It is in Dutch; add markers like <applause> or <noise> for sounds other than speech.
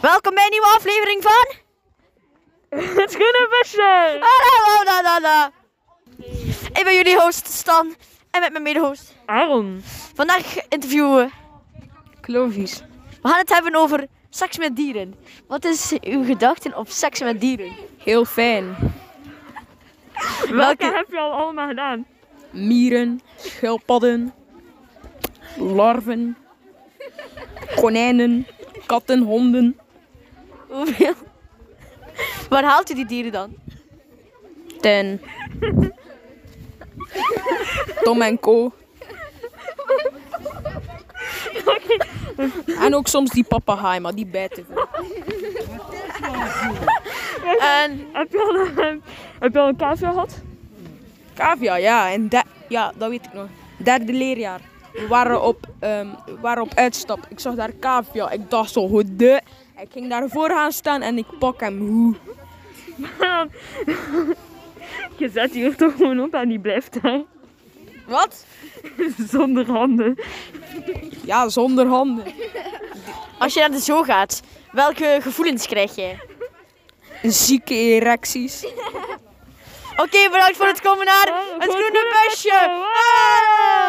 Welkom bij een nieuwe aflevering van... Het Schoenenbusser! Ah! Hallo, la, la, la. Ik ben jullie host Stan en met mijn mede-host. Aaron. Vandaag interviewen we. Clovis. We gaan het hebben over seks met dieren. Wat is uw gedachten op seks met dieren? Heel fijn. Welke Welke- heb je al allemaal gedaan? Mieren, schildpadden, larven, konijnen, katten, honden. Hoeveel? Waar haalt u die dieren dan? Ten. Tom en Co. En ook soms die papegaai, maar die bijten veel. En Heb je al, <laughs> een- heb je al een kaasje gehad? Cavia, ja, en de- ja, dat weet ik nog. Derde leerjaar. We waren op, ehm, we waren op uitstap. Ik zag daar cavia. Ik dacht zo, hoe de. Ik ging daarvoor gaan staan en ik pak hem. Hoe? Je zet die er toch gewoon op en die blijft daar. <laughs> Wat? Zonder handen. Ja, zonder handen. als je naar de zoo gaat, welke gevoelens krijg je? Zieke erecties. Oké, bedankt voor het komen naar Oh, het goed, groene goed, busje. goed. Ah!